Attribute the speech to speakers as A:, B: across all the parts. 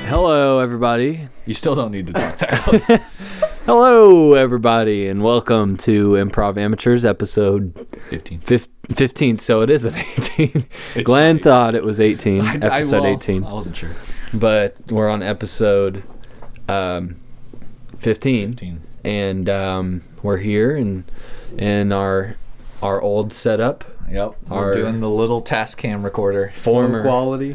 A: Hello, everybody.
B: You still don't need to talk that close.
A: Hello, everybody, and welcome to Improv Amateurs episode
B: 15.
A: fif- 15. So it is an 18.
B: It's
A: Glenn
B: not
A: thought it was 18,
B: I- I-
A: episode
B: well,
A: 18,
B: I wasn't sure.
A: but we're on episode um, 15,
B: 15.
A: and um, we're here and in our our old setup.
B: Yep.
A: Our-
B: We're doing the little task cam recorder.
A: Former
C: quality.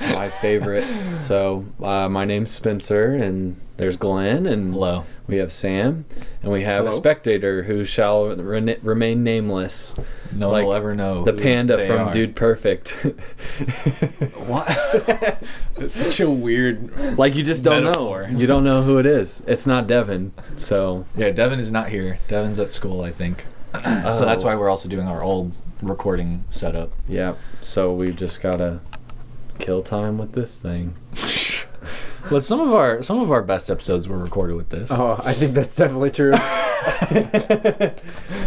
A: my favorite. So uh, my name's Spencer, and there's Glenn, and
B: Hello.
A: we have Sam, and we have a
C: Hello.
A: spectator who shall rene- remain nameless,
B: No
A: Like
B: one will ever know.
A: the
B: who
A: panda
B: they
A: from
B: are.
A: Dude Perfect.
B: What? It's such a weird.
A: like you just don't
B: Metaphor.
A: know. You don't know who it is. It's not Devin. So
B: Yeah, Devin is not here. Devin's at school, I think.
A: oh,
B: So that's why we're also doing our old recording setup.
A: yeah. So we've just gotta kill time with this thing.
B: But some of our some of our best episodes were recorded with this.
C: Oh, I think that's definitely true.
A: I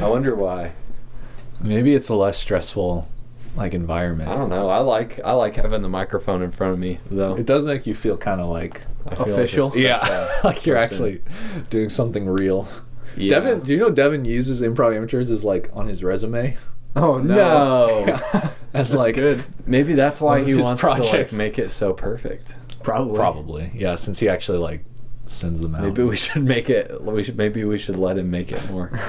A: wonder why.
B: Maybe it's a less stressful like environment.
A: I don't know. I like I like having the microphone in front of me though.
B: It does make you feel kind of like
A: I feel like
B: official.
A: it's-
B: yeah, like you're
A: person.
B: actually doing something real.
A: Yeah.
B: Devin, do you know Devin uses improv amateurs as like on his resume?
C: Oh no.
A: No.
B: as like
C: good.
A: Maybe that's why
B: One of
A: he
B: his
A: wants
B: projects.
A: to like make it so perfect.
C: Probably.
B: probably yeah, since he actually like sends them out.
A: Maybe we should make it. We should maybe we should let him make it more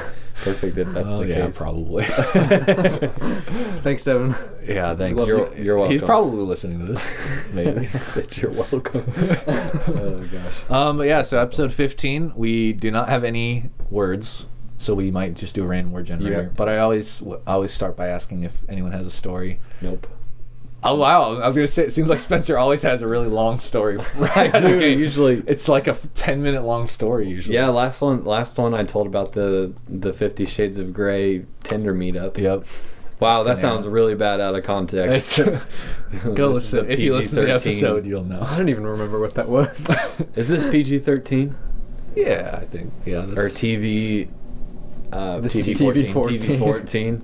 A: perfect if that's
B: Oh,
A: the
B: yeah,
A: case.
B: probably.
C: Thanks, Devin.
B: yeah, thanks.
A: Love You're- you. you're
B: He's
A: welcome.
B: probably listening to this. Maybe.
A: He said, "You're welcome." oh gosh.
B: Um, but yeah, so episode 15, we do not have any words, so we might just do a random word generator.
A: Yeah.
B: But I always w- I always start by asking if anyone has a story.
A: Nope.
B: Oh wow, I was gonna say it seems like Spencer always has a really long story. Right,
A: do, usually.
B: it's like a f- 10 minute long story usually.
A: Yeah, last one. Last one I told about the the Fifty Shades of Grey Tinder meetup.
B: Yep.
A: Wow, that
B: Banana.
A: sounds really bad out of
B: It's,
A: context.
B: go
A: This is
B: listen.
A: a
B: If you listen to the
A: PG-13.
B: episode, you'll
C: I
B: know.
C: don't even remember what that was.
A: Is this PG thirteen
B: yeah, I think. Yeah.
A: or
B: That's,
A: TV? Uh,
C: This is
A: TV
C: TV-14.
A: TV fourteen.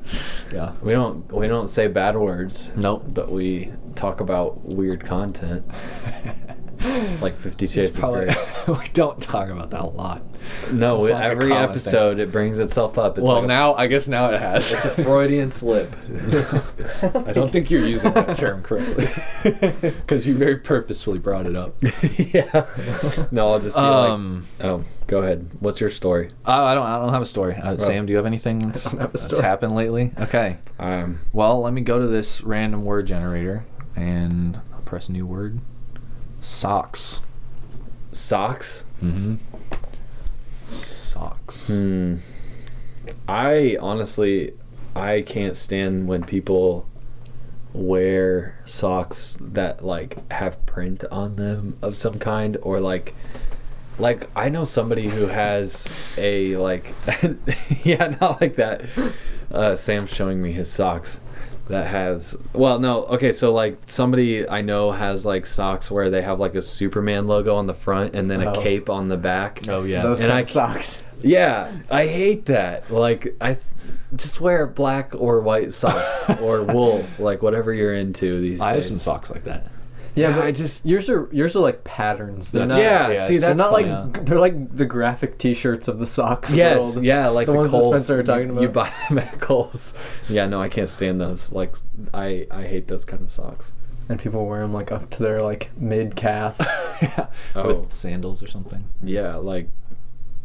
B: yeah.
A: We don't we don't say bad words.
B: Nope.
A: but we talk about weird content like 50 shades
B: It's probably
A: of
B: we don't talk about that a lot.
A: gray no
B: it's
A: it-
B: like a
A: every
B: common
A: episode it brings itself up it's
B: well,
A: like a-
B: now I guess now it has.
A: it's a freudian slip
B: I don't think you're using that term correctly because you very purposefully brought it up.
A: yeah no i'll just be
B: Um,
A: like oh go ahead what's your story
B: I Uh, I don't. I don't have a story. Uh, Sam, do you have anything that's,
C: don't have a
B: that's
C: story.
B: happened lately? Okay.
A: um
B: Well, let me go to this random word generator and I'll press new word. Socks.
A: socks
B: Mm-hmm. Socks.
A: Hmm. I honestly, I can't stand when people wear socks that like have print on them of some kind or like like I know somebody who has a like yeah, not like that. Uh Sam's showing me his socks that has well no okay so like somebody I know has like socks where they have like a Superman logo on the front and then a
C: Oh.
A: cape on the back.
B: Oh yeah.
C: Those
A: And
C: kind
A: I
C: of
A: c-
C: socks.
A: Yeah, I hate that. Like I just wear black or white socks or wool, like whatever you're into these
B: I have
A: days.
B: some socks like that.
C: Yeah,
A: Yeah,
C: but
A: I just
C: yours are yours are like patterns. They're
B: That's-
A: yeah,
C: not,
B: yeah,
A: see
B: it's-
C: they're
A: that's
C: not
A: funny.
B: funny.
C: like they're like the graphic T-shirts of the socks.
A: Yes,
C: world.
A: yeah, like
C: The
A: the,
C: ones that
A: Kohl's.
C: Spencer were talking
A: You
C: about.
A: buy them at Kohl's. Yeah, no, I can't stand those. Like, I I hate those kind of socks.
C: And people wear them like up to their like mid calf.
B: yeah.
A: Oh.
B: With sandals or something.
A: Yeah, like,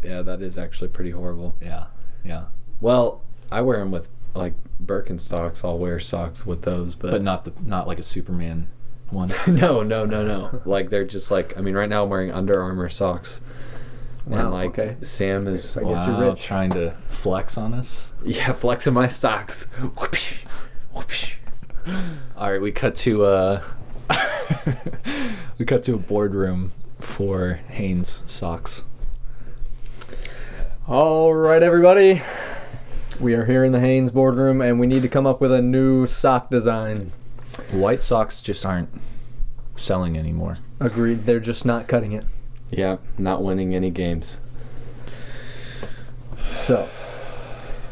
A: yeah, that is actually pretty horrible.
B: Yeah. Yeah.
A: Well, I wear them with like Birkenstocks. I'll wear socks with those, but,
B: But not the not like a Superman one.
A: no, no, no, no. Like they're just like I mean, right now I'm wearing Under Armour socks. and
C: Wow,
A: like
C: okay.
A: Sam is
C: I guess you're
B: Wow,
C: rich.
B: trying to flex on us.
A: yeah flexing my socks. Whoopsh, whoopsh.
B: All right, we cut to uh, we cut to a boardroom for Haynes socks.
C: All right, everybody. We are here in the Haynes boardroom, and we need to come up with a new sock design.
B: White socks just aren't selling anymore.
C: Agreed. They're just not cutting it.
A: Yeah, not winning any games.
C: So,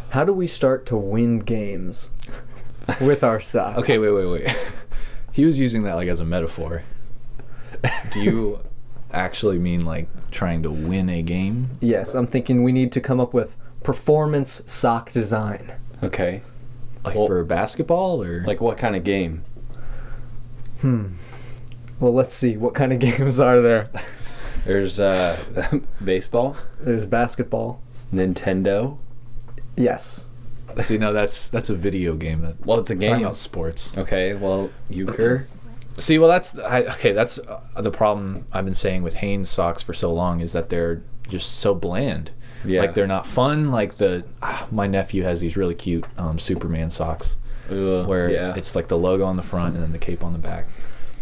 C: how do we start to win games with our socks?
B: Okay, wait, wait, wait. he was using that like as a metaphor. Do you actually mean like trying to win a game.
C: Yes, I'm thinking we need to come up with performance sock design.
A: Okay.
B: Like
A: Well-
B: for basketball or
A: Like what kind of game?
C: Well, let's see what kind of games are there.
A: There's uh, baseball,
C: There's basketball.
A: Nintendo.
C: Yes.
B: see no that's that's a video game that
A: Well, it's a
B: talking
A: game.
B: about sports.
A: Okay. Well, euchre.
B: See, well, that's I, okay. That's uh, the problem I've been saying with Hanes socks for so long is that they're just so bland.
A: Yeah.
B: Like they're not fun. Like the ah, my nephew has these really cute um, Superman socks
A: Ugh,
B: where
A: Uh, yeah. Mm.
B: it's like the logo on the front and then the cape on the back,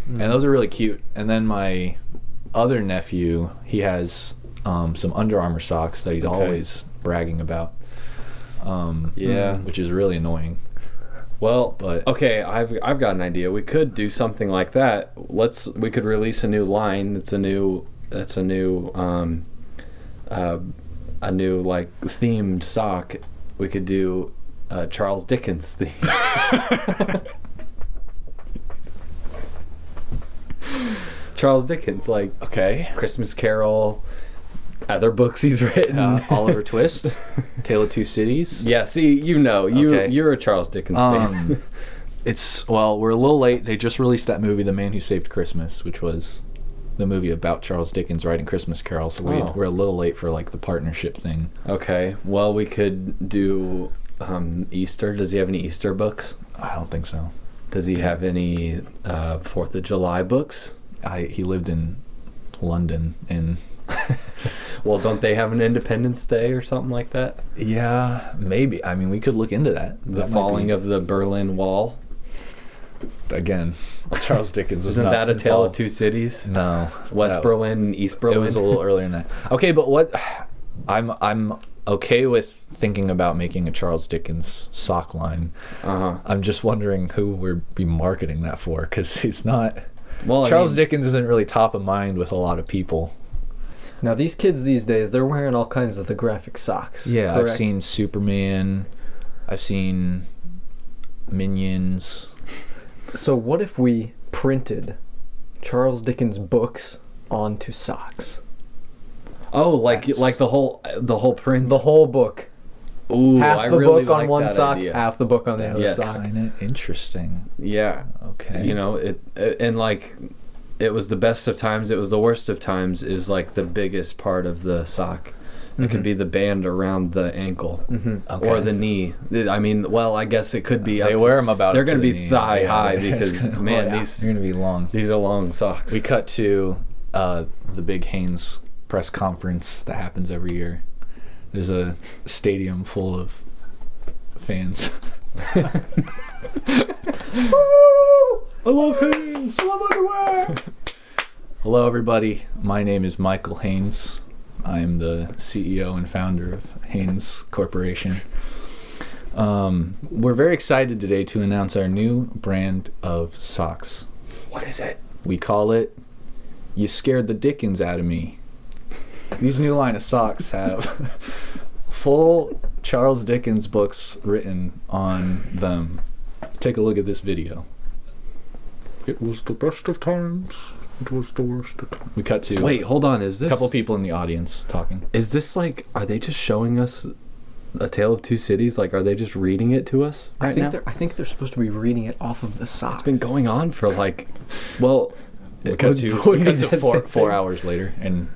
B: and those are really cute. And then my other nephew, he has um, some Under Armour socks that he's
A: Okay.
B: always bragging about. Um,
A: Yeah.
B: which is really annoying.
A: Well,
B: But-
A: okay, I've I've got an idea. We could do something like that. Let's we could release a new line. That's a new that's a new um uh a new like themed sock. We could do uh, Charles Dickens theme. Charles Dickens, like
B: Okay,
A: Christmas Carol, other books he's written.
B: uh, Oliver Twist, Tale of Two Cities.
A: yeah, see, you know, you
B: Okay.
A: you're a Charles Dickens fan.
B: Um, it's well, we're a little late. They just released that movie, The Man Who Saved Christmas, which was the movie about Charles Dickens writing Christmas Carol. So we,
A: Oh.
B: we're a little late for like the partnership thing.
A: Okay. Well, we could do um, Easter. Does he have any Easter books?
B: I don't think so.
A: Does he have any uh, Fourth of July books?
B: I he lived in London and
A: Well, don't they have an Independence Day or something like that?
B: yeah, maybe. I mean, we could look into that.
A: The falling of the Berlin Wall.
B: again. Charles Dickens was
A: Isn't
B: not
A: that a tale of
B: involved.
A: two cities?
B: No,
A: West
B: that-
A: Berlin and East
B: It
A: Berlin.
B: was a little earlier than that. Okay, but what? I'm I'm okay with thinking about making a Charles Dickens sock line.
A: Uh-huh.
B: I'm just wondering who we'd be marketing that for because he's not.
A: Well, I
B: Charles
A: mean-
B: Dickens isn't really top of mind with a lot of people.
C: Now these kids these days, they're wearing all kinds of the graphic socks.
B: Yeah, I've
C: correct?
B: seen Superman. I've seen Minions.
C: So what if we printed Charles Dickens books onto socks?
A: Oh, like
B: That's-
A: like the whole the whole print.
C: The whole book.
A: Ooh,
C: half
A: I
C: the
A: really
C: book on
A: like
C: one
A: that
C: sock,
A: idea.
C: half the book on the other
A: Yes.
C: sock.
B: Sign it. Interesting.
A: Yeah.
B: Okay.
A: you know it and like it was the best of times it was the worst of times is like the biggest part of the sock it could be the band around the ankle
B: Okay.
A: or the knee i mean well i guess it could be up
B: they
A: to-
B: wear them about.
A: they're
B: going
A: gonna
B: to
A: be
B: the knee.
A: thigh
B: Yeah,
A: high
B: it's
A: because
B: gonna-
A: man
B: oh, yeah.
A: these
B: they're going to be long.
A: these are long socks
B: We cut to uh, the big Haynes press conference that happens every year. There's a stadium full of fans. I love Haynes. Love underwear. Hello, everybody. My name is Michael Haynes. I am the CEO and founder of Haynes Corporation. Um, we're very excited today to announce our new brand of socks.
A: what is it
B: We call it You Scared the Dickens Out of Me. These new line of socks have full Charles Dickens books written on them. Take a look at this video.
D: It was the best of times. It was the worst of times.
B: We cut to
A: wait hold on is
B: a
A: this
B: couple people in the audience talking.
A: is this like are they just showing us a tale of two cities like are they just reading it to us
C: I
A: right
C: think
A: now
C: they're I think they're supposed to be reading it off of the socks.
A: it's been going on for like well
B: We
A: it
B: cut
A: would-
B: to,
A: would
B: we
A: be
B: cut to
A: the
B: four,
A: same
B: four
A: thing.
B: hours later, and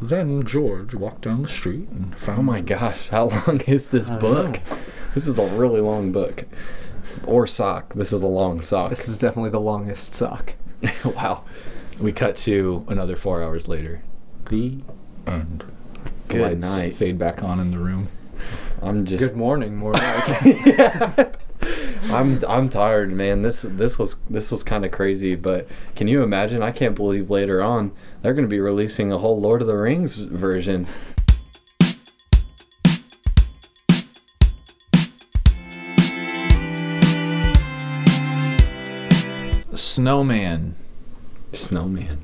D: Then George walked down the street and found
A: Oh my gosh, how long is this
C: I
A: book?
C: know.
A: This is a really long book. Or sock. This is a long sock.
C: This is definitely the longest sock.
A: wow.
B: we cut to another four hours later.
D: the end.
B: The
A: Good
B: lights
A: night.
B: fade back on in the room.
A: I'm just
C: morning, more like.
A: I'm I'm tired, man. This this was this was kind of crazy, but can you imagine? I can't believe later on they're going to be releasing a whole Lord of the Rings version.
B: Snowman.
A: Snowman.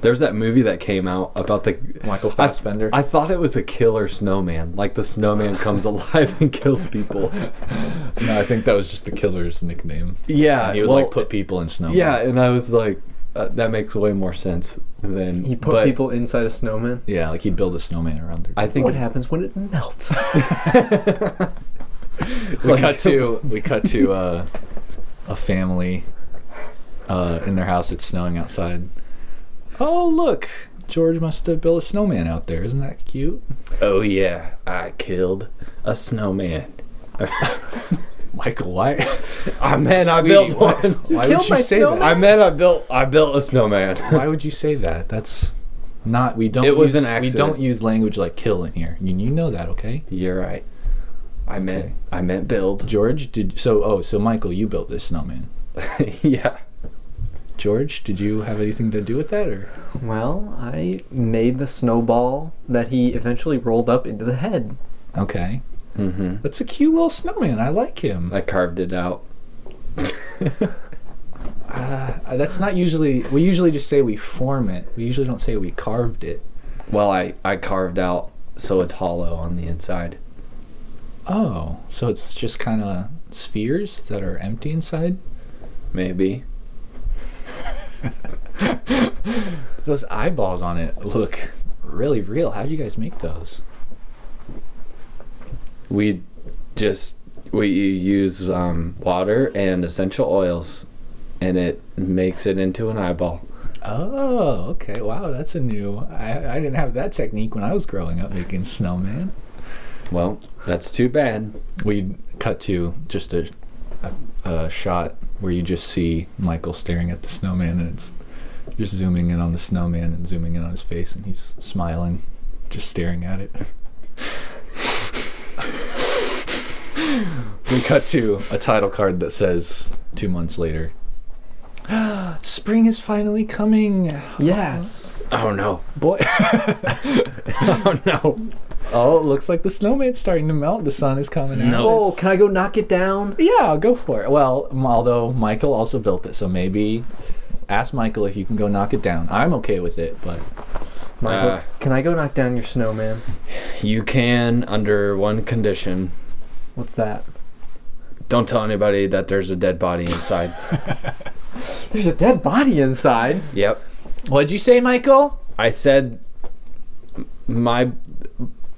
A: There's that movie that came out about the
B: Michael
A: I-
B: Fassbender.
A: I, thought it was a killer snowman. Like the snowman comes alive and kills people.
B: No, I think that was just the killer's nickname.
A: Yeah,
B: And he was
A: Uh, well,
B: like put people in snow.
A: Yeah, and I was like, uh, that makes way more sense than
C: He put
A: but-
C: people inside a snowman.
B: Yeah, like he'd build a snowman around there.
A: I think
C: What happens when it melts?
B: we cut to we cut to uh, a family uh, in their house. It's snowing outside. Oh look, George must have built a snowman out there. Isn't that cute?
A: oh yeah, I killed a snowman.
B: Michael, why?
A: I meant I
B: Sweetie,
A: built
B: why-
A: one.
B: Why
C: killed
B: would you
C: my
B: say
C: snowman?
A: I meant I built I built a
B: that?
A: snowman.
B: Why would you say that? That's not. We don't.
A: It was
B: use-
A: an
B: We
A: accident.
B: don't use language like kill in here. You, you know that, okay?
A: You're right. I meant
B: Okay.
A: I meant build.
B: George, did so? Oh, so Michael, you built this snowman.
A: yeah.
B: George, did you have anything to do with that, or
C: well, I made the snowball that he eventually rolled up into the head.
B: okay?
A: Mm-hmm.
B: That's a cute little snowman. I like him.
A: I carved it out.
B: Uh, that's not usually. We usually just say we form it. We usually don't say we carved it.
A: Well, I I carved out so it's hollow on the inside.
B: Oh, so it's just kind of spheres that are empty inside.
A: Maybe.
B: Those eyeballs on it look really real. How'd you guys make those?
A: We just we you use um, water and essential oils, and it makes it into an eyeball.
B: Oh, okay. Wow, that's a new. I, I didn't have that technique when I was growing up making snowman.
A: Well, that's too bad.
B: We cut to just a, a, a shot where you just see Michael staring at the snowman, and it's just zooming in on the snowman and zooming in on his face, and he's smiling, just staring at it. we cut to a title card that says two months later. Spring is finally coming.
C: Yes.
A: Oh no!
B: Boy,
A: Oh no!
B: oh, it looks like the snowman's starting to melt. The sun is coming out.
A: No.
C: Oh,
B: It's-
C: can I go knock it down?
B: Yeah, go for it. Well, m- although Michael also built it, so maybe ask Michael if you can go knock it down. I'm okay with it, but
C: Michael,
A: Uh.
C: can I go knock down your snowman?
A: You can under one condition.
C: What's that?
A: Don't tell anybody that there's a dead body inside.
C: There's a dead body inside.
A: yep.
B: what'd you say, Michael?
A: I said m- my b-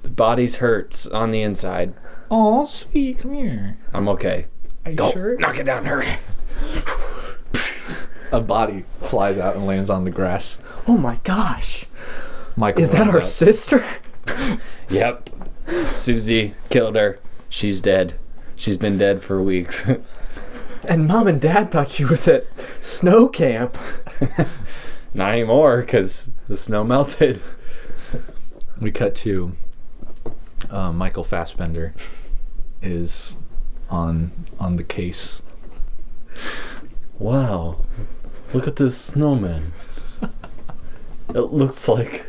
A: body's hurts on the inside.
B: Oh, sweet, come here.
A: I'm okay.
B: Are you
A: Go
B: sure?
A: knock it down, hurry.
B: A body flies out and lands on the grass.
C: Oh my gosh.
B: Michael,
C: Is that
B: runs
C: our
B: out.
C: sister?
A: Yep. Susie killed her. She's dead. She's been dead for weeks.
C: And mom and dad thought she was at snow camp.
A: Not anymore, because the snow melted.
B: We cut to uh, Michael Fassbender is on on the case.
A: Wow. Look at this snowman. It looks like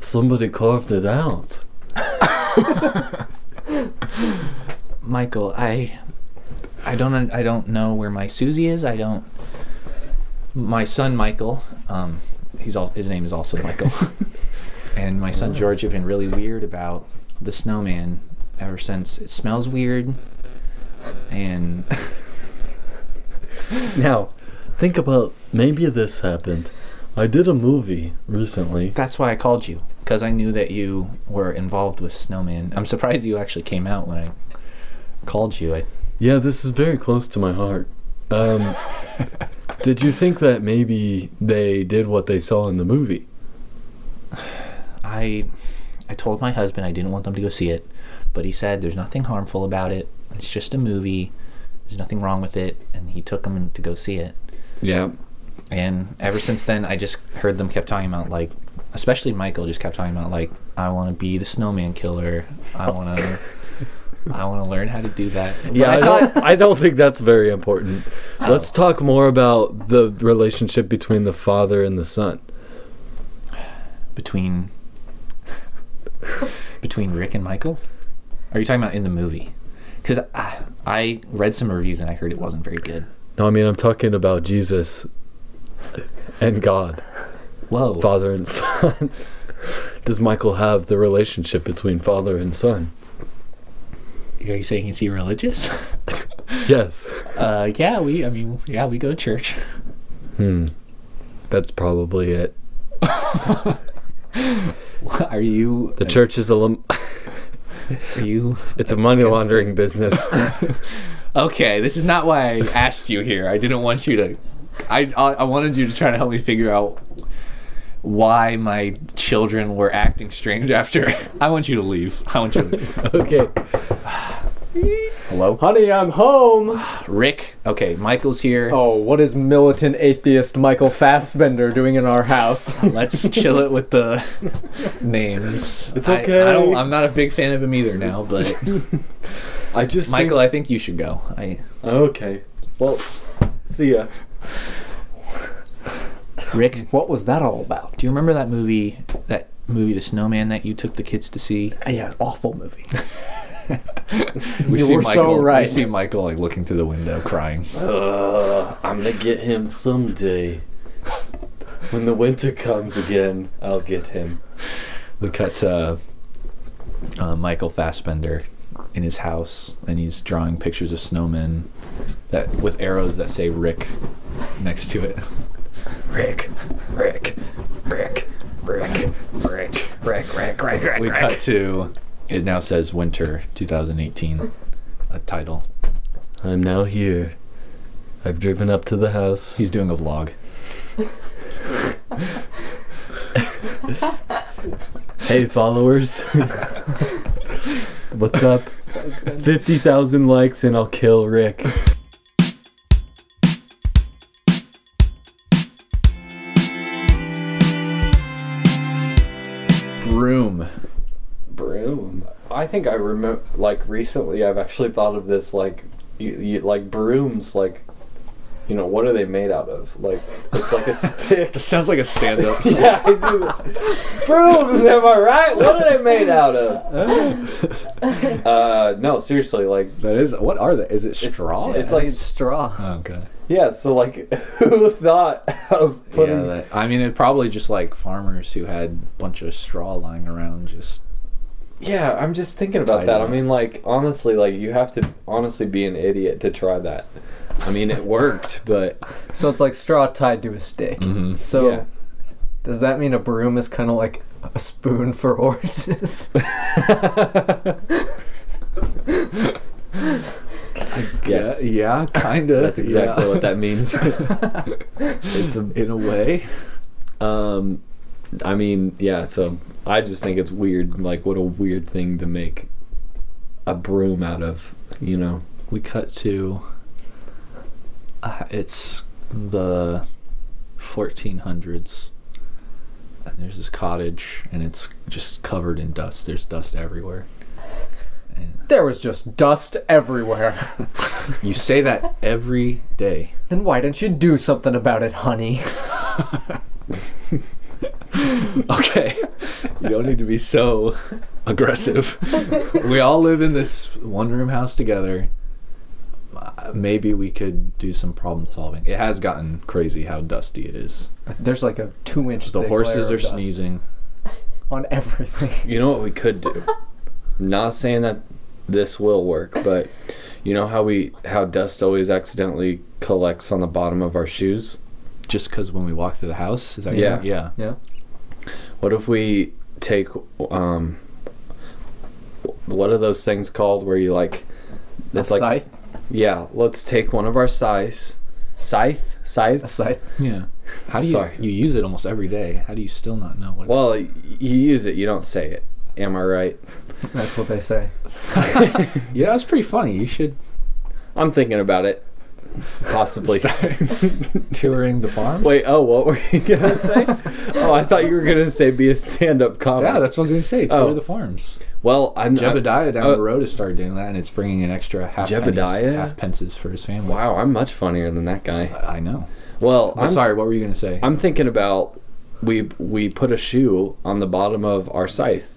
A: somebody carved it out.
B: Michael, I I don't I don't know where my Susie is. I don't my son Michael, um he's all his name is also Michael. and my son George have been really weird about the snowman ever since it smells weird and
A: Now, think about maybe this happened. I did a movie recently.
B: that's why I called you cuz I knew that you were involved with snowman. I'm surprised you actually came out when I called you. I
A: Yeah, this is very close to my heart. Um, did you think that maybe they did what they saw in the movie?
B: I I told my husband I didn't want them to go see it, but he said there's nothing harmful about it. It's just a movie. There's nothing wrong with it, and he took them to go see it.
A: Yeah.
B: And ever since then, I just heard them kept talking about like, especially Michael just kept talking about like, I want to be the snowman killer. I want to. I want to learn how to do that.
A: Yeah, I Oh. don't, I don't think that's very important. Let's talk more about the relationship between the father and the son.
B: between between Rick and Michael? Are you talking about in the movie? Because I, I read some reviews and I heard it wasn't very good.
A: No, I mean, I'm talking about Jesus and God,
B: Whoa.
A: father and son. Does Michael have the relationship between father and son?
B: Are you saying is he religious?
A: Yes.
B: uh, yeah, we. I mean, yeah, we go to church.
A: Hmm. That's probably it.
B: Are you
A: The church is a lim-
B: Are you
A: it's a money laundering business.
B: okay? This is not why I asked you here. I didn't want you to. I I I wanted you to try to help me figure out why my children were acting strange after. I want you to leave. I want you to leave.
A: okay.
B: Hello,
C: Honey, I'm home.
B: Rick. Okay, Michael's here.
C: Oh, what is militant atheist Michael Fassbender doing in our house?
B: Let's chill it with the names.
A: It's
B: I- I,
A: okay.
B: don't, I'm not a big fan of him either now, but
A: I just
B: Michael, I think you should go. I
A: okay. Well, see ya.
B: Rick,
C: what was that all about?
B: do you remember that movie? That movie, The Snowman, that you took the kids to see.
C: Ah, Yeah, awful movie.
B: We
C: You
B: see
C: were so
B: Michael. We
C: right.
B: see Michael like looking through the window, crying.
A: Uh, I'm gonna get him someday. When the winter comes again, I'll get him.
B: We cut to uh, Michael Fassbender in his house, and he's drawing pictures of snowmen that with arrows that say Rick next to it.
A: Rick, Rick, Rick, Rick, Rick, Rick, Rick, Rick, Rick.
B: we cut to it now says winter 2018 a title
A: I'm now here. I've driven up to the house.
B: he's doing a vlog
A: Hey, followers. What's up? 50,000 likes and I'll kill Rick.
B: broom
A: Broom. I think I remember, like, recently I've actually thought of this, like, you, you, like brooms, like, you know, what are they made out of? Like, it's like a stick.
B: sounds like a stand-up
A: yeah, I knew that. Brooms, am I right? What are they made out of? Uh, no, seriously, like,
B: that is what are they is it straw
A: it's like
C: straw.
B: oh, okay
A: Yeah, so like, who thought of putting?
B: yeah that, i mean it probably just like farmers who had a bunch of straw lying around just
A: Yeah, I'm just thinking about
B: Tied
A: that. I
B: up.
A: mean, like honestly, like you have to honestly be an idiot to try that. I mean, it worked, but
C: So it's like straw tied to a stick.
B: Mm-hmm.
C: So
A: yeah.
C: does that mean a broom is kind of like a spoon for horses?
A: Yes.
B: yeah, kind of
A: That's exactly what that means.
B: it's in a way
A: um, I mean, yeah. So I just think it's weird. Like, what a weird thing to make a broom out of. You know?
B: we cut to uh, it's the 1400s and there's this cottage and it's just covered in dust there's dust everywhere and
C: there was just dust everywhere.
B: you say that every day
C: then why don't you do something about it, honey?
B: okay you don't need to be so aggressive we all live in this one room house together Uh, maybe we could do some problem solving it has gotten crazy how dusty it is
C: There's like a two-inch.
B: the
C: thick layer
B: horses
C: of
B: are
C: dust
B: sneezing
C: on everything.
A: You know what we could do? Not saying that this will work, but you know how we how dust always accidentally collects on the bottom of our shoes.
B: just because when we walk through the house is that
A: Yeah.
B: right? yeah
C: Yeah.
A: What if we take um what are those things called where you like
C: That's
A: it's like
C: scythe.
A: yeah, let's take one of our scythes scythe
C: A
A: scythes
C: scythe.
B: yeah how do you
A: Sorry.
B: you use it almost every day how do you still not know what
A: Well, y- you use it, you don't say it. Am I right?
C: That's what they say.
B: yeah that's pretty funny you should
A: I'm thinking about it. Possibly.
B: start touring the farms
A: Wait, oh, what were you gonna say? oh, I thought you were gonna say be a stand-up comic.
B: yeah that's what i was gonna say tour
A: Oh.
B: the farms
A: well, I'm
B: jebediah down
A: uh,
B: the road has started doing that and it's bringing an extra half
A: Jebediah?
B: pennies, half pences for his family
A: Wow, I'm much funnier than that guy.
B: i know
A: Well,
B: i'm
A: I'm
B: sorry what were you gonna say
A: I'm thinking about we we put a shoe on the bottom of our scythe,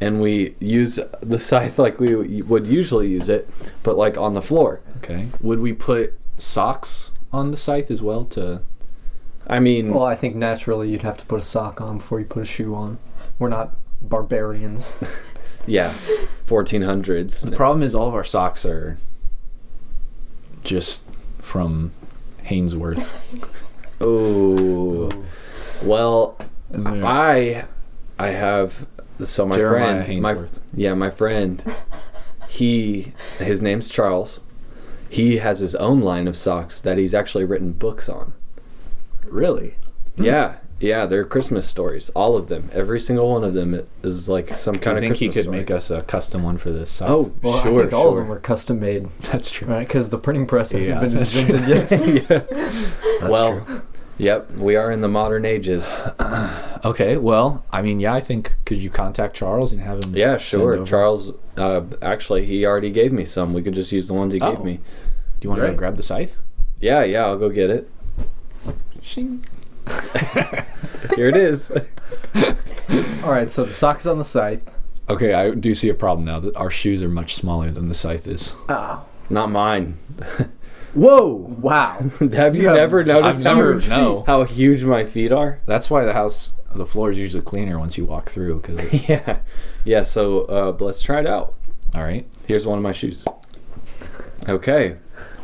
A: and we use the scythe like we would usually use it, but like on the floor.
B: okay would we put socks on the scythe as well to
A: I mean,
C: Well, I think naturally you'd have to put a sock on before you put a shoe on. We're not barbarians.
A: yeah, 1400s.
B: The problem is all of our socks are just from Hainsworth.
A: Oh, well,
B: And there-
A: I, I have. So my
B: Jeremiah
A: friend, my,
B: Hainsworth.
A: yeah, my friend, he, his name's Charles. He has his own line of socks that he's actually written books on.
B: Really?
A: Yeah, yeah, they're Christmas stories. All of them, every single one of them is like some
B: Do
A: kind
B: you
A: of.
B: think he
A: Christmas
B: could
A: story.
B: make us a custom one for this? Sock?
A: Oh,
C: Well,
A: sure,
C: I think all
A: sure.
C: of them are custom made,
B: that's true.
C: right? Because the printing press
B: Yeah,
C: hasn't been
B: that's-
C: invented yet.
A: well, yep, we are in the modern ages.
B: Okay, well, I mean, yeah, I think could you contact Charles and have him?
A: Yeah,
B: send
A: sure.
B: over-
A: Charles, uh, actually, he already gave me some. We could just use the ones he gave
B: Oh.
A: me.
B: Do you want to
A: Right.
B: go grab the scythe?
A: Yeah, yeah, I'll go get it.
B: Shing.
A: Here it is.
C: all right, so the sock's on the site.
B: Okay, I do see a problem now that our shoes are much smaller than the scythe is.
C: Oh,
A: Not mine.
B: Whoa!
C: wow.
A: Have you
C: Yeah,
A: never noticed
B: I've never
A: how,
B: no.
A: how huge my feet are?
B: That's why the house, the floor is usually cleaner once you walk through. Cause it-
A: Yeah, yeah. So uh, let's try it out.
B: all right.
A: Here's one of my shoes. Okay,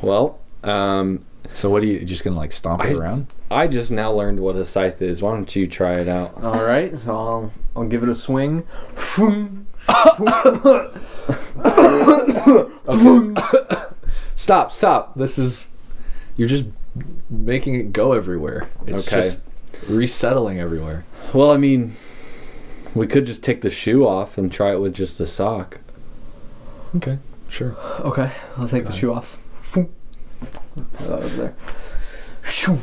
A: well, um,
B: So what are you just gonna like stomp
A: I-
B: it around?
A: I just now learned what a scythe is. Why don't you try it out?
C: All right, so I'll, I'll give it a swing.
B: Stop! Stop! This is you're just making it go everywhere. It's
A: Okay.
B: just resettling everywhere.
A: Well, I mean, we could just take the shoe off and try it with just a sock.
B: Okay, sure.
C: Okay, I'll take the shoe off. That was there. Shoo.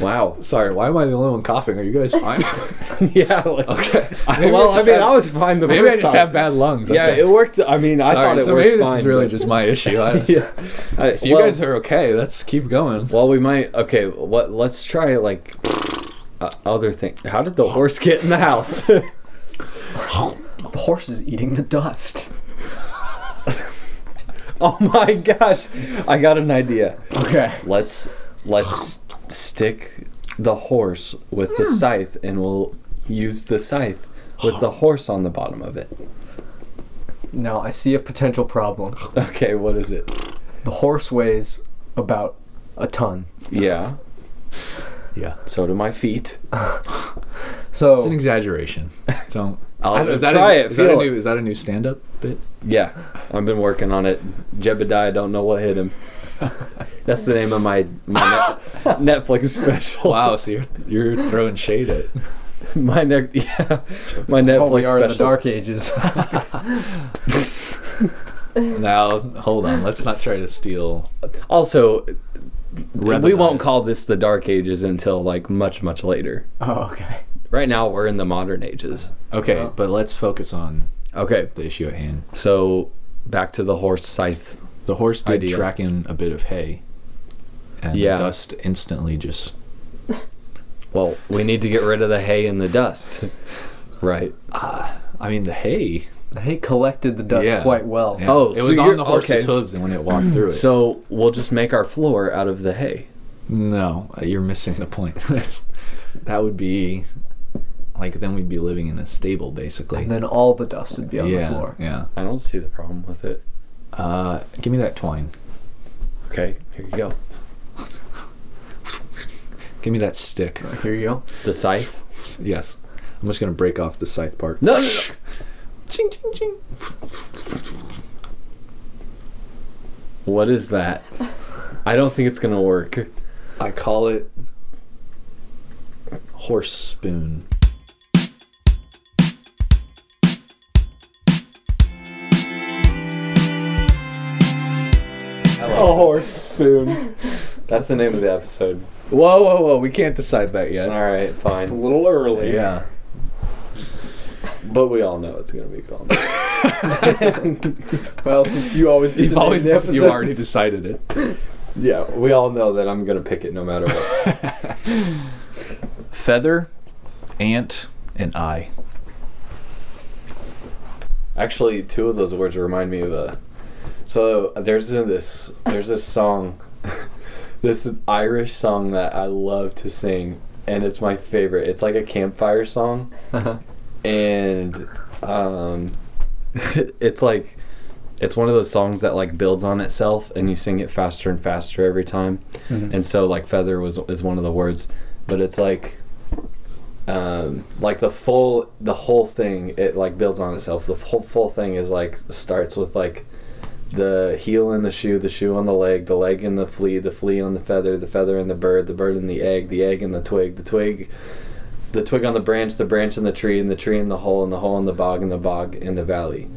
A: Wow.
B: Sorry, why am I the only one coughing? Are you guys fine?
A: yeah. Like,
B: okay.
A: I, well, I mean,
B: I
A: I
B: was.
A: was fine the
B: Maybe
A: first
B: I just
A: time.
B: have bad lungs.
A: Yeah,
B: okay.
A: it worked. I mean, I
B: Sorry,
A: thought it
B: so
A: worked
B: maybe this
A: fine.
B: is really
A: but-
B: just my issue. I,
A: yeah. I-
B: If you
A: well,
B: guys are okay, let's keep going.
A: well, we might. Okay, what? Let's try like uh, other thing. How did the horse get in the house?
C: The horse is eating the dust.
A: oh my gosh! I got an idea.
C: Okay.
A: Let's let's stick the horse with the scythe, and we'll use the scythe with the horse on the bottom of it.
C: Now I see a potential problem.
A: Okay, what is it?
C: The horse weighs about a ton.
A: Yeah.
B: Yeah.
A: So do my feet.
C: So
B: It's an exaggeration. Don't. I'll,
A: I-
B: is that
A: Oh. try
B: a,
A: it,
B: is that a
A: feel
B: new, is that a new stand-up bit?
A: Yeah, I've been working on it. Jebediah, don't know what hit him. That's the name of my, my net, Netflix special.
B: Wow, so you're you're throwing shade at.
A: my ne- yeah, my
C: oh,
A: Netflix
C: we are in the
A: special.
C: dark ages.
B: Now hold on, let's not try to steal.
A: Also, we
B: Rebediah.
A: won't call this the Dark Ages until like much much later.
C: oh, okay.
A: Right now, we're in the modern ages.
B: Okay,
C: Oh.
B: but let's focus on
A: Okay,
B: the issue at hand.
A: so back to the horse scythe.
B: The horse did
A: Idea.
B: track in a bit of hay, and
A: Yeah.
B: the dust instantly just.
A: Well, we need to get rid of the hay and the dust. Right.
B: I mean, the hay.
C: He collected the dust
B: Yeah.
C: quite well.
B: Yeah.
A: Oh,
B: it
A: so
B: was
A: you're-
B: on the horse's
A: okay.
B: hooves, and when it walked through it.
A: So we'll just make our floor out of the hay.
B: No, you're missing the point. That's that would be like then we'd be living in a stable basically.
C: And then all the dust would be on
B: yeah,
C: the floor.
B: yeah.
A: I don't see the problem with it.
B: Uh, give me that twine.
A: Okay, here you go.
B: Give me that stick.
C: Here you go.
A: The scythe.
B: Yes, I'm just gonna break off the scythe part.
A: No, no, no.
B: Ching, ching, ching.
A: What is that? I don't think it's gonna work.
B: I call it horse spoon.
A: horse spoon. That's the name of the episode.
B: Whoa, whoa, whoa! We can't decide that yet.
A: All right, fine.
C: little early.
B: Yeah.
A: But we all know it's gonna be called.
C: Well, since you always get
B: You've
C: to
B: always
C: name the
B: just, you
C: episodes.
B: already decided it.
A: yeah, we all know that I'm gonna pick it no matter what.
B: Feather, ant, and eye.
A: Actually, two of those words remind me of a. So there's a- this there's this song, this Irish song that I love to sing, and it's my favorite. It's like a campfire song.
C: Uh-huh.
A: and um, it's like it's one of those songs that like builds on itself and you sing it faster and faster every time. And so like feather was is one of the words, but it's like um like the full the whole thing it like builds on itself. The whole full thing is like starts with like the heel in the shoe, the shoe on the leg, the leg in the flea, the flea on the feather, the feather in the bird, the bird in the egg, the egg in the twig, the twig the twig on the branch, the branch in the tree, and the tree in the hole, and the hole in the bog, and the bog in the valley.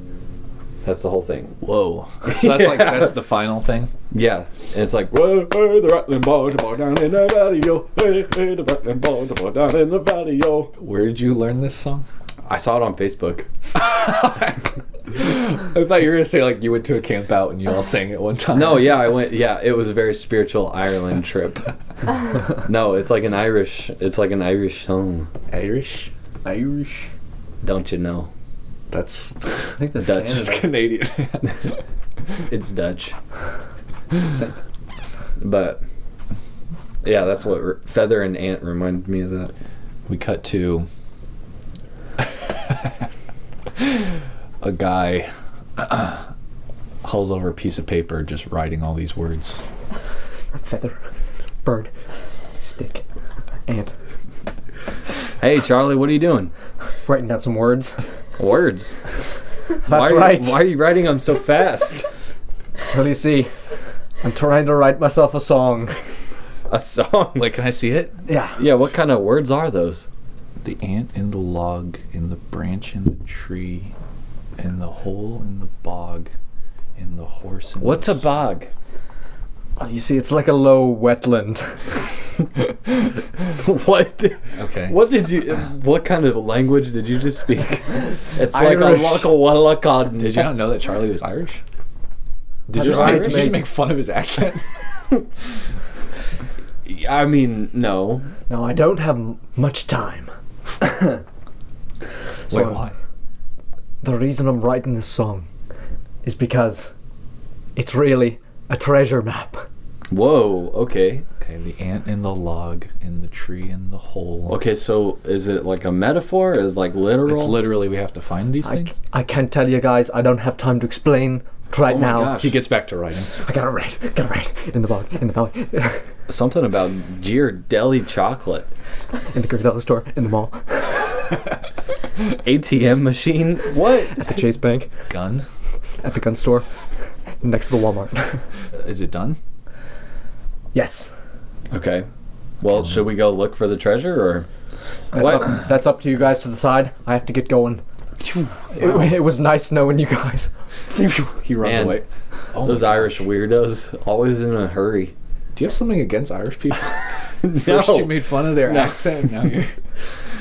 A: That's the whole thing.
B: Whoa. So that's like that's the final thing.
A: Yeah, and it's like whoa, hey, the rattling ball, the ball down in the valley, yo. Hey, hey, the rattling ball, the ball down in the valley, yo.
B: Where did you learn this song?
A: I saw it on Facebook.
B: I thought you were gonna say like you went to a camp out and you all sang at one time.
A: No, yeah, I went. Yeah, it was a very spiritual Ireland trip. no, it's like an Irish. It's like an Irish song.
B: Irish.
C: Irish.
A: Don't you know?
B: That's
C: I think that's
A: Dutch.
B: it's
C: Canada.
B: Canadian.
A: It's Dutch. But yeah, that's what re- feather and ant reminded me of that.
B: we cut to a guy huddled over a piece of paper, just writing all these words.
C: Feather. Bird. Stick. Ant.
A: Hey, Charlie, what are you doing?
C: Writing down some words.
A: Words. why
C: That's
A: are you,
C: right.
A: Why are you writing them so fast?
C: Let me see. I'm trying to write myself a song.
A: a song. Like,
B: Like, can I see it?
C: Yeah.
A: yeah, what kind of words are those?
B: The ant in the log, in the branch in the tree, in the hole in the bog, in the horse. In
A: What's
B: the
A: a bog?
C: Well, you see, it's like a low wetland.
A: what?
B: Okay.
A: What did you? What kind of language did you just speak? It's like
C: Irish.
A: a local walla cotton.
B: Did you not know that Charlie was Irish? Did
C: That's
B: you, just
C: hard
B: make,
C: to
B: did you just
C: make.
B: make fun of his accent?
A: I mean, no.
C: No, I don't have m- much time. So
B: Wait,
C: I'm-
B: why?
C: The reason I'm writing this song is because it's really a treasure map.
A: Whoa. Okay.
B: Okay, the ant in the log, in the tree in the hole.
A: Okay. So is it like a metaphor? Is it like literal?
B: It's literally we have to find these
C: I,
B: things.
C: I can't tell you guys, I don't have time to explain right
A: Oh my
C: now.
A: gosh.
B: He gets back to writing.
C: I gotta write, gotta write. In the bog, in the bog, in
A: Something about Ghirardelli chocolate,
C: the Gridella store, in the mall,
A: ATM machine. What?
C: at the Chase Bank,
B: Gun?
C: at the gun store, next to the Walmart.
B: Is it done?
C: yes.
A: Okay. Well, should we go look for the treasure or?
C: That's
A: What?
C: up, that's up to you guys to decide. I have to get going. It, it was nice knowing you guys.
B: He runs
A: Man.
B: away. Oh my
A: Those
B: God.
A: Irish weirdos always in a hurry.
B: Do you have something against Irish people? First you made fun of their
A: No.
B: accent. Now you're.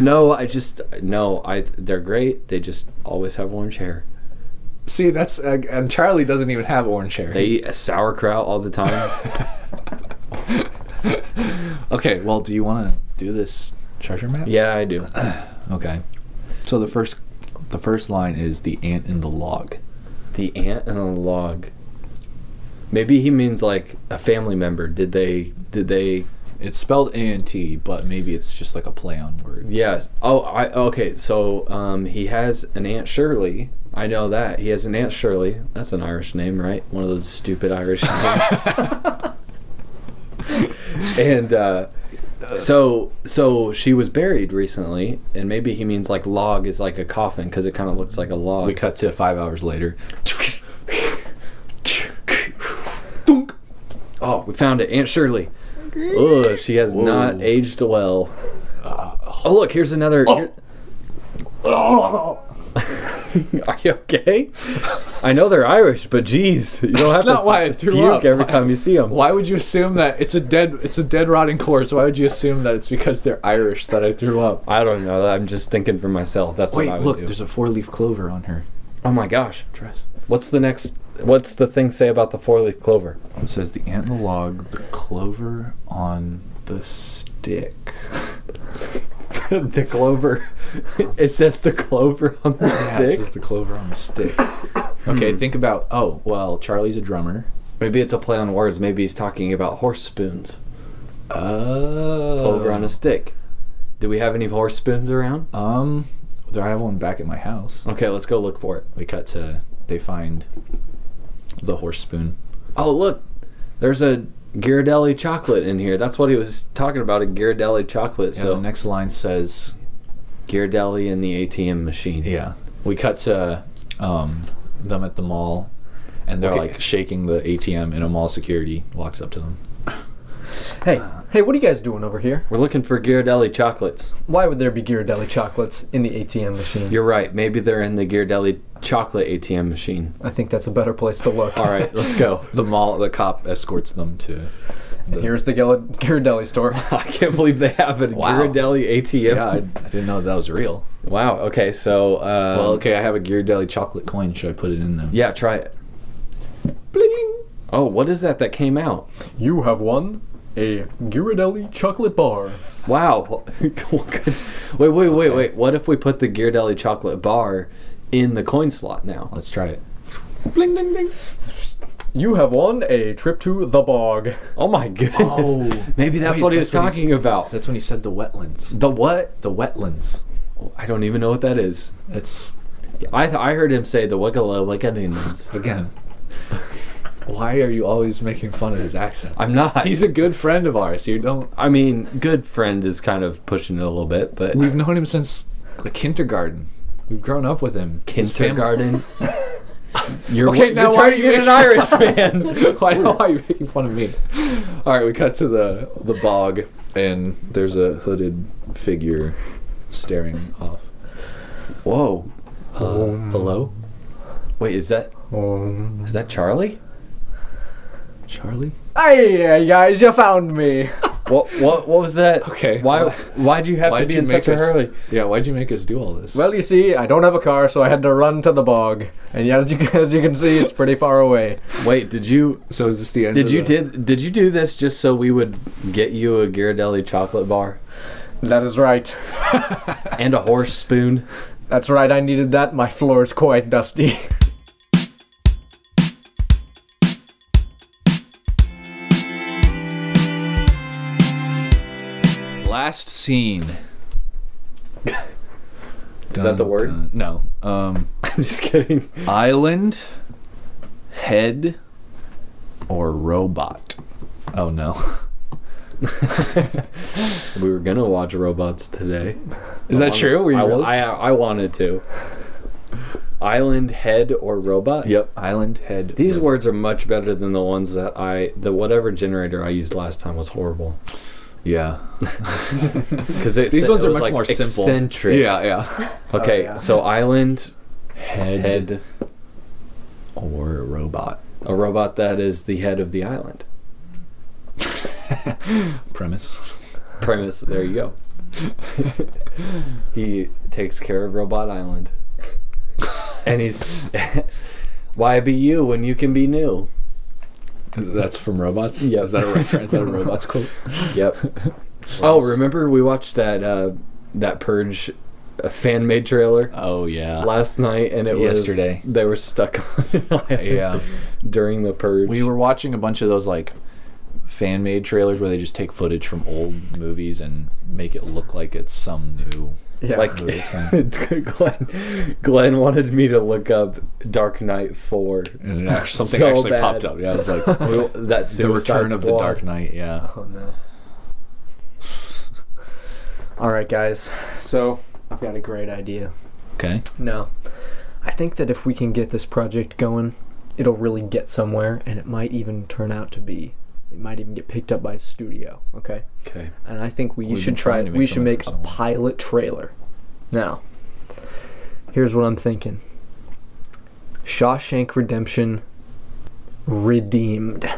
A: no, I just no. I they're great. They just always have orange hair.
B: See, that's uh, and Charlie doesn't even have orange hair.
A: They eat sauerkraut all the time.
B: okay, well, do you want to do this treasure map?
A: yeah, I do.
B: Okay. So the first, the first line is the ant in the log.
A: The ant and a log. Maybe he means like a family member. Did they? Did they?
B: It's spelled A N T, but maybe it's just like a play on words.
A: Yes. Oh, I okay. So um, he has an aunt Shirley. I know that he has an aunt Shirley. That's an Irish name, right? One of those stupid Irish names. and uh, so, so she was buried recently, and maybe he means like log is like a coffin because it kind of looks like a log.
B: We cut to five hours later.
A: Oh, we found it, Aunt Shirley. Ugh, she has not aged well. Oh, look, here's another. here- Are you okay? I know they're Irish, but geez, you don't
B: That's
A: have
B: not
A: to
B: why I threw
A: puke
B: up.
A: every time you see them.
B: Why would you assume that it's a dead it's a dead rotting corpse? Why would you assume that it's because they're Irish that I threw up?
A: I don't know. I'm just thinking for myself. That's
B: Wait,
A: what I would
B: look,
A: do.
B: there's a four leaf clover on her
A: Oh my gosh,
B: dress.
A: what's the next? What's the thing say about the four-leaf clover?
B: It says the ant in the log, the clover on the stick.
A: the clover. it says the clover on the
B: Yeah, it says the clover on the stick. Okay, think about oh well, Charlie's a drummer.
A: Maybe it's a play on words. Maybe he's talking about horse spoons.
B: Oh,
A: Clover on a stick. Do we have any horse spoons around?
B: Um, do I have one back at my house?
A: Okay, let's go look for it.
B: We cut to they find the horse spoon.
A: Oh, look, there's a Ghirardelli chocolate in here. That's what he was talking about, a Ghirardelli chocolate.
B: Yeah, so
A: so
B: the next line says,
A: Ghirardelli and the ATM machine.
B: yeah. We cut to um, them at the mall, and they're
A: Okay.
B: like shaking the ATM, and a mall security walks up to them.
C: Hey, hey, what are you guys doing over here?
A: We're looking for Ghirardelli chocolates.
C: Why would there be Ghirardelli chocolates in the ATM machine?
A: You're right. Maybe they're in the Ghirardelli chocolate ATM machine.
C: I think that's a better place to look.
A: All right, let's go.
B: Oh. The mall, the cop escorts them to.
C: And here's the Ghila- Ghirardelli store.
A: I can't believe they have a
B: Wow.
A: Ghirardelli ATM.
B: Yeah, I, I didn't know that was real.
A: Wow. Okay. So, uh,
B: Well, okay, I have a Ghirardelli chocolate coin. Should I put it in there?
A: yeah, try it.
B: Bling.
A: Oh, what is that that came out?
C: You have won a Ghirardelli chocolate bar.
A: Wow. wait, wait, wait, wait. What if we put the Ghirardelli chocolate bar in the coin slot now?
B: Let's try it.
A: Bling, bling, bling.
C: You have won a trip to the bog.
A: Oh my goodness.
B: Oh.
A: Maybe that's
B: Wait,
A: what he
B: that's
A: was
B: what he's-
A: talking about.
B: That's when he said the wetlands.
A: The what?
B: The wetlands.
A: I don't even know what that is.
B: It's
A: I I heard him say the wiggala wiggalins.
B: again. Why are you always making fun of his accent?
A: I'm not.
B: He's a good friend of ours. You don't.
A: I mean, good friend is kind of pushing it a little bit, but
B: We've known him since like kindergarten. We've grown up with him. His family-
A: kindergarten. You're
B: Okay,
A: you're
B: now why are
A: turning
B: you
A: into an Irish man?
B: why, why are you making fun of me? All right, we cut to the the bog, and there's a hooded figure staring off.
A: Whoa.
B: Uh, hello,
A: Wait, is that
C: Um.
A: is that Charlie?
B: Charlie.
C: Hey guys, you found me.
A: What what what was that?
B: Okay.
A: Why why'd you have to
B: Why'd
A: be
B: you
A: in such
B: make
A: a
B: us?
A: hurry?
B: Yeah, why'd you make us do all this?
C: Well, you see, I don't have a car, so I had to run to the bog. And as you, as you can see, it's pretty far away.
A: Wait, did you
B: so is this the end?
A: did
B: of
A: you
B: the-
A: did did you do this just so we would get you a Ghirardelli chocolate bar
C: That is right.
A: and a horse spoon?
C: That's right, I needed that. My floor is quite dusty.
B: Last scene.
A: Is that the word?
B: no. Um,
A: I'm just kidding.
B: island, head, or robot. Oh no.
A: We were gonna watch robots today.
B: Is that true? Were you
A: I,
B: really?
A: I I wanted to. Island head or robot?
B: yep. Island, head.
A: These
B: robot.
A: words are much better than the ones that I the whatever generator I used last time was horrible
B: Yeah.
A: because these
B: These ones are much more simple.
A: Eccentric.
B: Yeah, yeah.
A: Okay,
C: Oh, yeah.
A: so island
B: Head,
A: head
B: or robot.
A: a robot that is the head of the island.
B: Premise.
A: Premise. There you go. he takes care of Robot Island, and he's why be you when you can be new?
B: That's from robots.
A: Yeah.
B: Is that a reference? Is that a robots quote?
A: Yep. oh, remember we watched that uh, that Purge uh, fan made trailer.
B: Oh yeah.
A: last night and it
B: Yesterday.
A: was they were stuck on an island
B: Yeah.
A: during the purge
B: We were watching a bunch of those like fan made trailers where they just take footage from old movies and make it look like it's some new.
C: Yeah.
A: like
B: Oh, that's fine.
A: glenn glenn wanted me to look up dark knight 4
B: And it actually, something
A: So
B: actually
A: bad.
B: popped up. Yeah, it was like
A: We-
B: the
A: that Suicide
B: return of the
A: Squad.
B: Dark Knight. Yeah.
C: oh no. Alright, guys, so I've got a great idea.
B: Okay.
C: No. I think that if we can get this project going, it'll really get somewhere, and it might even turn out to be. It might even get picked up by a studio, okay?
A: okay
C: And I think we
B: We've been
C: should try.
B: trying to make
C: We should
B: something
C: make
B: for
C: a
B: someone.
C: pilot trailer. Now, here's what I'm thinking: Shawshank Redemption, redeemed.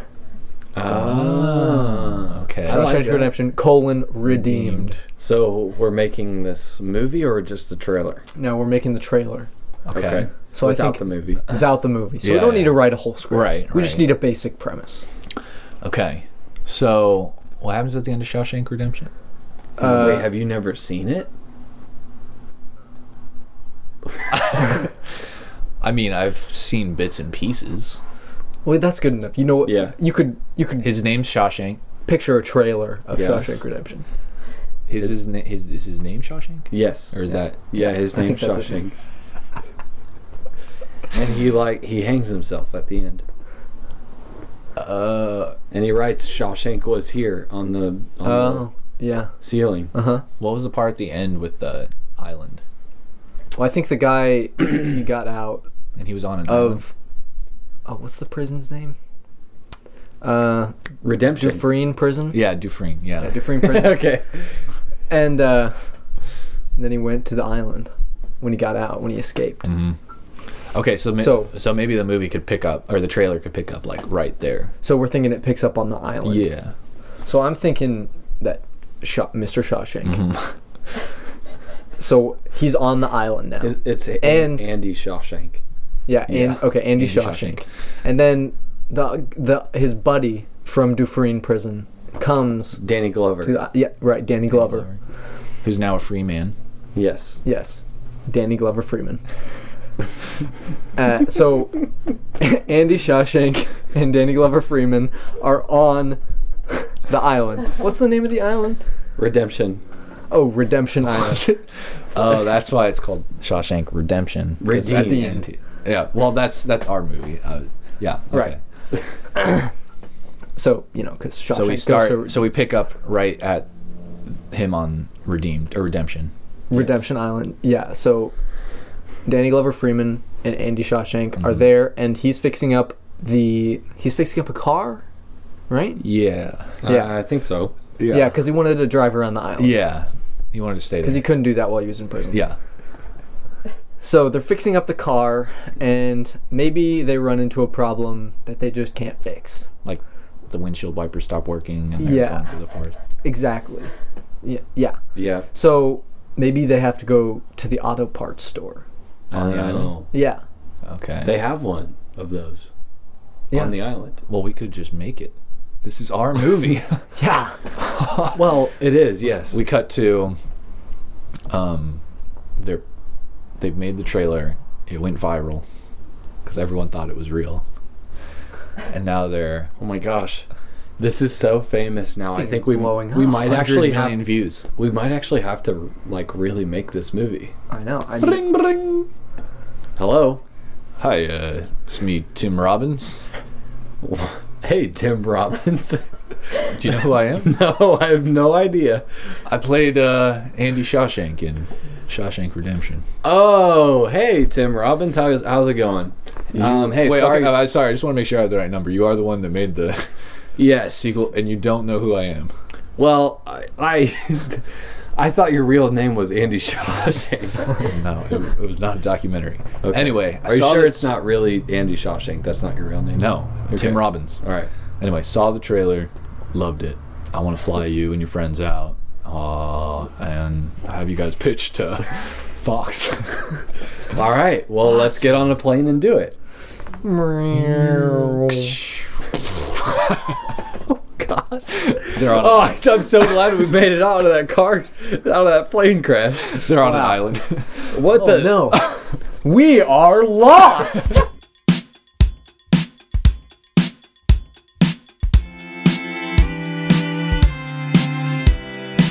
A: ah.
B: Okay.
A: I don't-
C: Shawshank
A: like that.
C: Redemption colon redeemed.
A: so we're making this movie or just the trailer
C: No, we're making the trailer.
B: Okay.
C: So
A: without
C: I
A: the
C: think
A: movie
C: without the movie, so
B: Yeah,
C: we don't
B: yeah.
C: need to write a whole script.
B: Right,
C: We just
B: right.
C: need a basic premise.
B: Okay. So what happens at the end of Shawshank Redemption?
C: Uh,
A: wait have you never seen it
B: I mean, I've seen bits and pieces.
C: Wait, that's good enough. You know what?
A: Yeah.
C: You could you could
B: His name's Shawshank.
C: picture a trailer of
A: Yes.
C: Shawshank Redemption.
B: His is na- his is his name Shawshank,
A: yes
B: or is that
A: yeah his
C: I
A: name's
C: think that's it.
A: Shawshank and he like he hangs himself at the end
B: Uh,
A: and he writes Shawshank was here on the, on
C: Oh, yeah.
A: the ceiling.
C: Uh huh.
B: what was the part at the end with the island?
C: Well, I think the guy he got out
B: And he was on
A: Uh-huh.
B: an island.
C: of. Oh, what's the prison's name? Uh,
A: Redemption.
C: Dufresne prison.
B: Yeah, Dufresne. Yeah.
C: Yeah, Dufresne prison.
A: okay.
C: and uh, then he went to the island when he got out when he escaped.
A: Mm.
B: Okay, so, ma- so
C: So-
B: maybe the movie could pick up, or the trailer could pick up like right there.
C: So we're thinking it picks up on the island.
B: Yeah.
C: So I'm thinking that Shaw- Mr. Shawshank.
A: Mm-hmm.
C: so he's on the island now.
A: It- It's a-
C: And-
A: Andy Shawshank.
C: yeah, and
B: Yeah.
C: okay, Andy,
B: Andy
C: Shawshank.
B: Shawshank.
C: And then the the his buddy from Dufresne prison comes
A: Danny Glover.
C: to the, yeah, right, Danny Glover.
B: Who's now a free man.
A: yes.
C: Yes. Danny Glover Freeman. uh, so Andy Shawshank and Danny Glover Freeman are on the island. What's the name of the island?
A: Redemption.
C: Oh, Redemption Island.
B: oh, that's why it's called Shawshank Redemption. 'Cause at the
A: Redeemed.
B: end- Yeah, well, that's that's our movie. Uh, yeah, okay.
C: Right. So you know, because Shawshank
B: So we
C: goes
B: start.
C: to
B: So we pick up right at him on Redeemed or Redemption.
C: Redemption Island. Yeah. So Danny Glover Freeman and Andy Shawshank are there, and he's fixing up the he's fixing up a car, right?
B: Yeah.
C: Yeah.
A: I think so.
C: Yeah, because he wanted to drive around the island.
B: Yeah. He wanted to stay there.
C: Because he couldn't do that while he was in prison.
B: yeah.
C: So they're fixing up the car, and maybe they run into a problem that they just can't fix.
B: Like the windshield wipers stop working and they're
C: Yeah.
B: going through the forest.
C: Exactly. Yeah. Yeah.
A: Yeah.
C: So maybe they have to go to the auto parts store.
B: On the
A: Oh.
B: island.
C: Yeah.
B: Okay.
A: They have one of those
C: Yeah.
A: on the island.
B: well, we could just make it. This is our movie.
C: Yeah. well,
A: It is, yes.
B: Uh, we cut to um they're they've made the trailer it went viral because everyone thought it was real and now they're
A: oh my gosh. This is so famous now. I
C: Things
A: think we
C: blowing
A: we
C: up.
A: might
B: 100
A: actually have
B: million views
A: we might actually have to like really make this movie.
C: I know. I
B: bring bring
A: Hello.
B: hi uh it's me tim robbins
A: Hey, Tim Robbins.
B: do you know who i am
A: no, I have no idea.
B: i played uh andy shawshank in shawshank redemption
A: Oh, hey, Tim Robbins. How's how's it going? Um, hey,
B: wait
A: sorry.
B: okay, uh, i'm sorry i just want to make sure i have the right number you are the one that made the
A: yes.
B: sequel and you don't know who i am
A: Well, I, I, I thought your real name was Andy Shawshank.
B: no it, it was not a documentary
A: Okay.
B: anyway I
A: Are you
B: saw
A: sure
B: that-
A: it's not really Andy Shawshank? That's not your real name.
B: no
A: Okay.
B: tim robbins
A: All right.
B: Anyway, saw the trailer, loved it. I want to fly you and your friends out, uh, and have you guys pitch to Fox.
A: All right. Well, let's get on a plane and do it.
C: God.
B: they're on
A: Oh, I'm so glad we made it out of that car, out of that plane crash.
B: they're on an
C: wow.
B: island.
A: What
C: Oh,
A: the?
C: no. we are lost.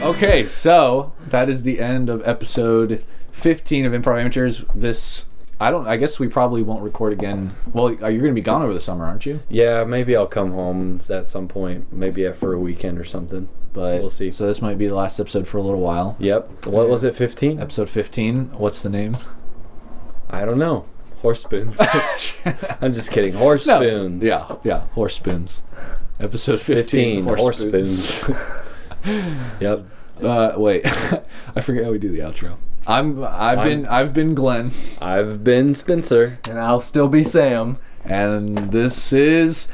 B: okay, so that is the end of episode 15 of Improv Amateurs. This I don't. I guess we probably won't record again. Well, uh, you're going to be gone over the summer, aren't you?
A: Yeah, maybe I'll come home at some point. Maybe for a weekend or something.
B: But
A: We'll see.
B: So this might be the last episode for a little while.
A: Yep. What was it? 15?
B: Episode 15. What's the name?
A: I don't know. Horse spoons. I'm just kidding. Horse
B: No.
A: spoons.
B: Yeah, yeah, horse spoons. Episode 15,
A: 15
B: horse,
A: horse
B: spoons.
A: spoons. yep.
B: uh, wait, I forget how we do the outro. I'm I've
A: I'm-
B: been I've been Glenn,
A: I've been Spencer.
C: and I'll still be Sam.
B: and this is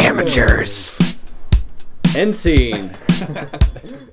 C: Amateurs.
A: End scene.